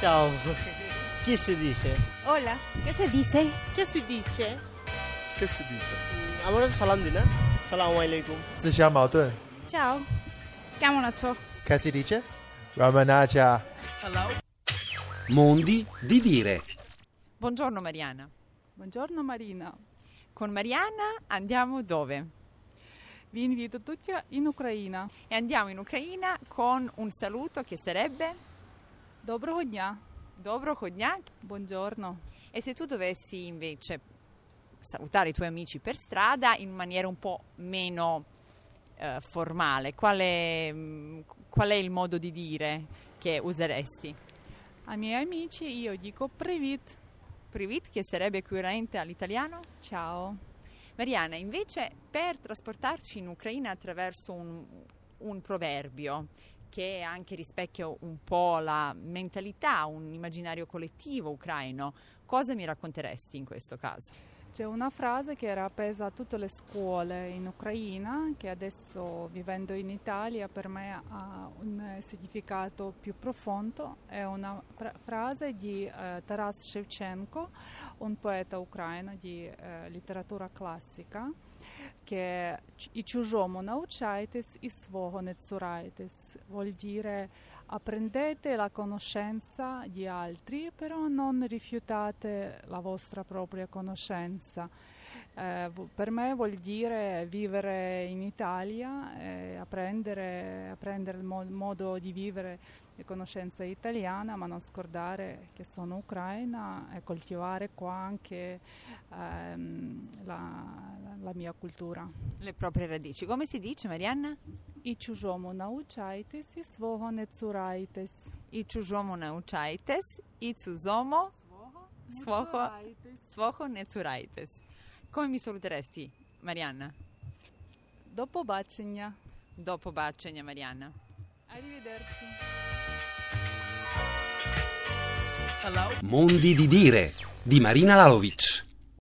Ciao. Chi si dice? Hola, ¿qué se dice? Che si dice? Che si dice? আমরা সালাম দিই না সালাম আলাইকুম 自相矛盾。 Ciao. Chiamo la ciò. Cassie dice Ramanaja. Mondi di dire. Buongiorno Mariana. Buongiorno Marina, Con Mariana andiamo dove? vi invito tutti in Ucraina. E andiamo in Ucraina con un saluto che sarebbe Доброго дня, Dobro dня. buongiorno. E se tu dovessi invece salutare i tuoi amici per strada in maniera un po' meno eh, formale, qual è, mm, qual è il modo di dire che useresti? Ai miei amici io dico привіт, Privit, che sarebbe equivalente all'italiano? ciao. Mariana, invece, per trasportarci in Ucraina attraverso un, un proverbio che anche rispecchia un po' la mentalità, un immaginario collettivo ucraino, cosa mi racconteresti in questo caso? C'è una frase che era appesa a tutte le scuole in Ucraina, che adesso vivendo in Italia per me ha un significato più profondo. È una fra- frase di eh, Taras Shevchenko, un poeta ucraino di eh, letteratura classica, che «Ч- «І чужому научайтесь, і свого не цурайтесь». Vuol dire apprendete la conoscenza di altri, però non rifiutate la vostra propria conoscenza. Eh, vu- per me vuol dire vivere in Italia, eh, apprendere, apprendere il mo- modo di vivere le conoscenze italiane, ma non scordare che sono ucraina e coltivare qua anche ehm, la- la mia cultura. Le proprie radici. Come si dice, Marianna? І чужому научайтесь, і свого не цурайтесь. I чужому naučajtes, i cuzomo svoho, svoho ne curajtes. Come mi saluteresti, Marianna? До побачення. Dopo bacienia, Marianna. Arrivederci. Mondi di dire. Di Marina Lalovic.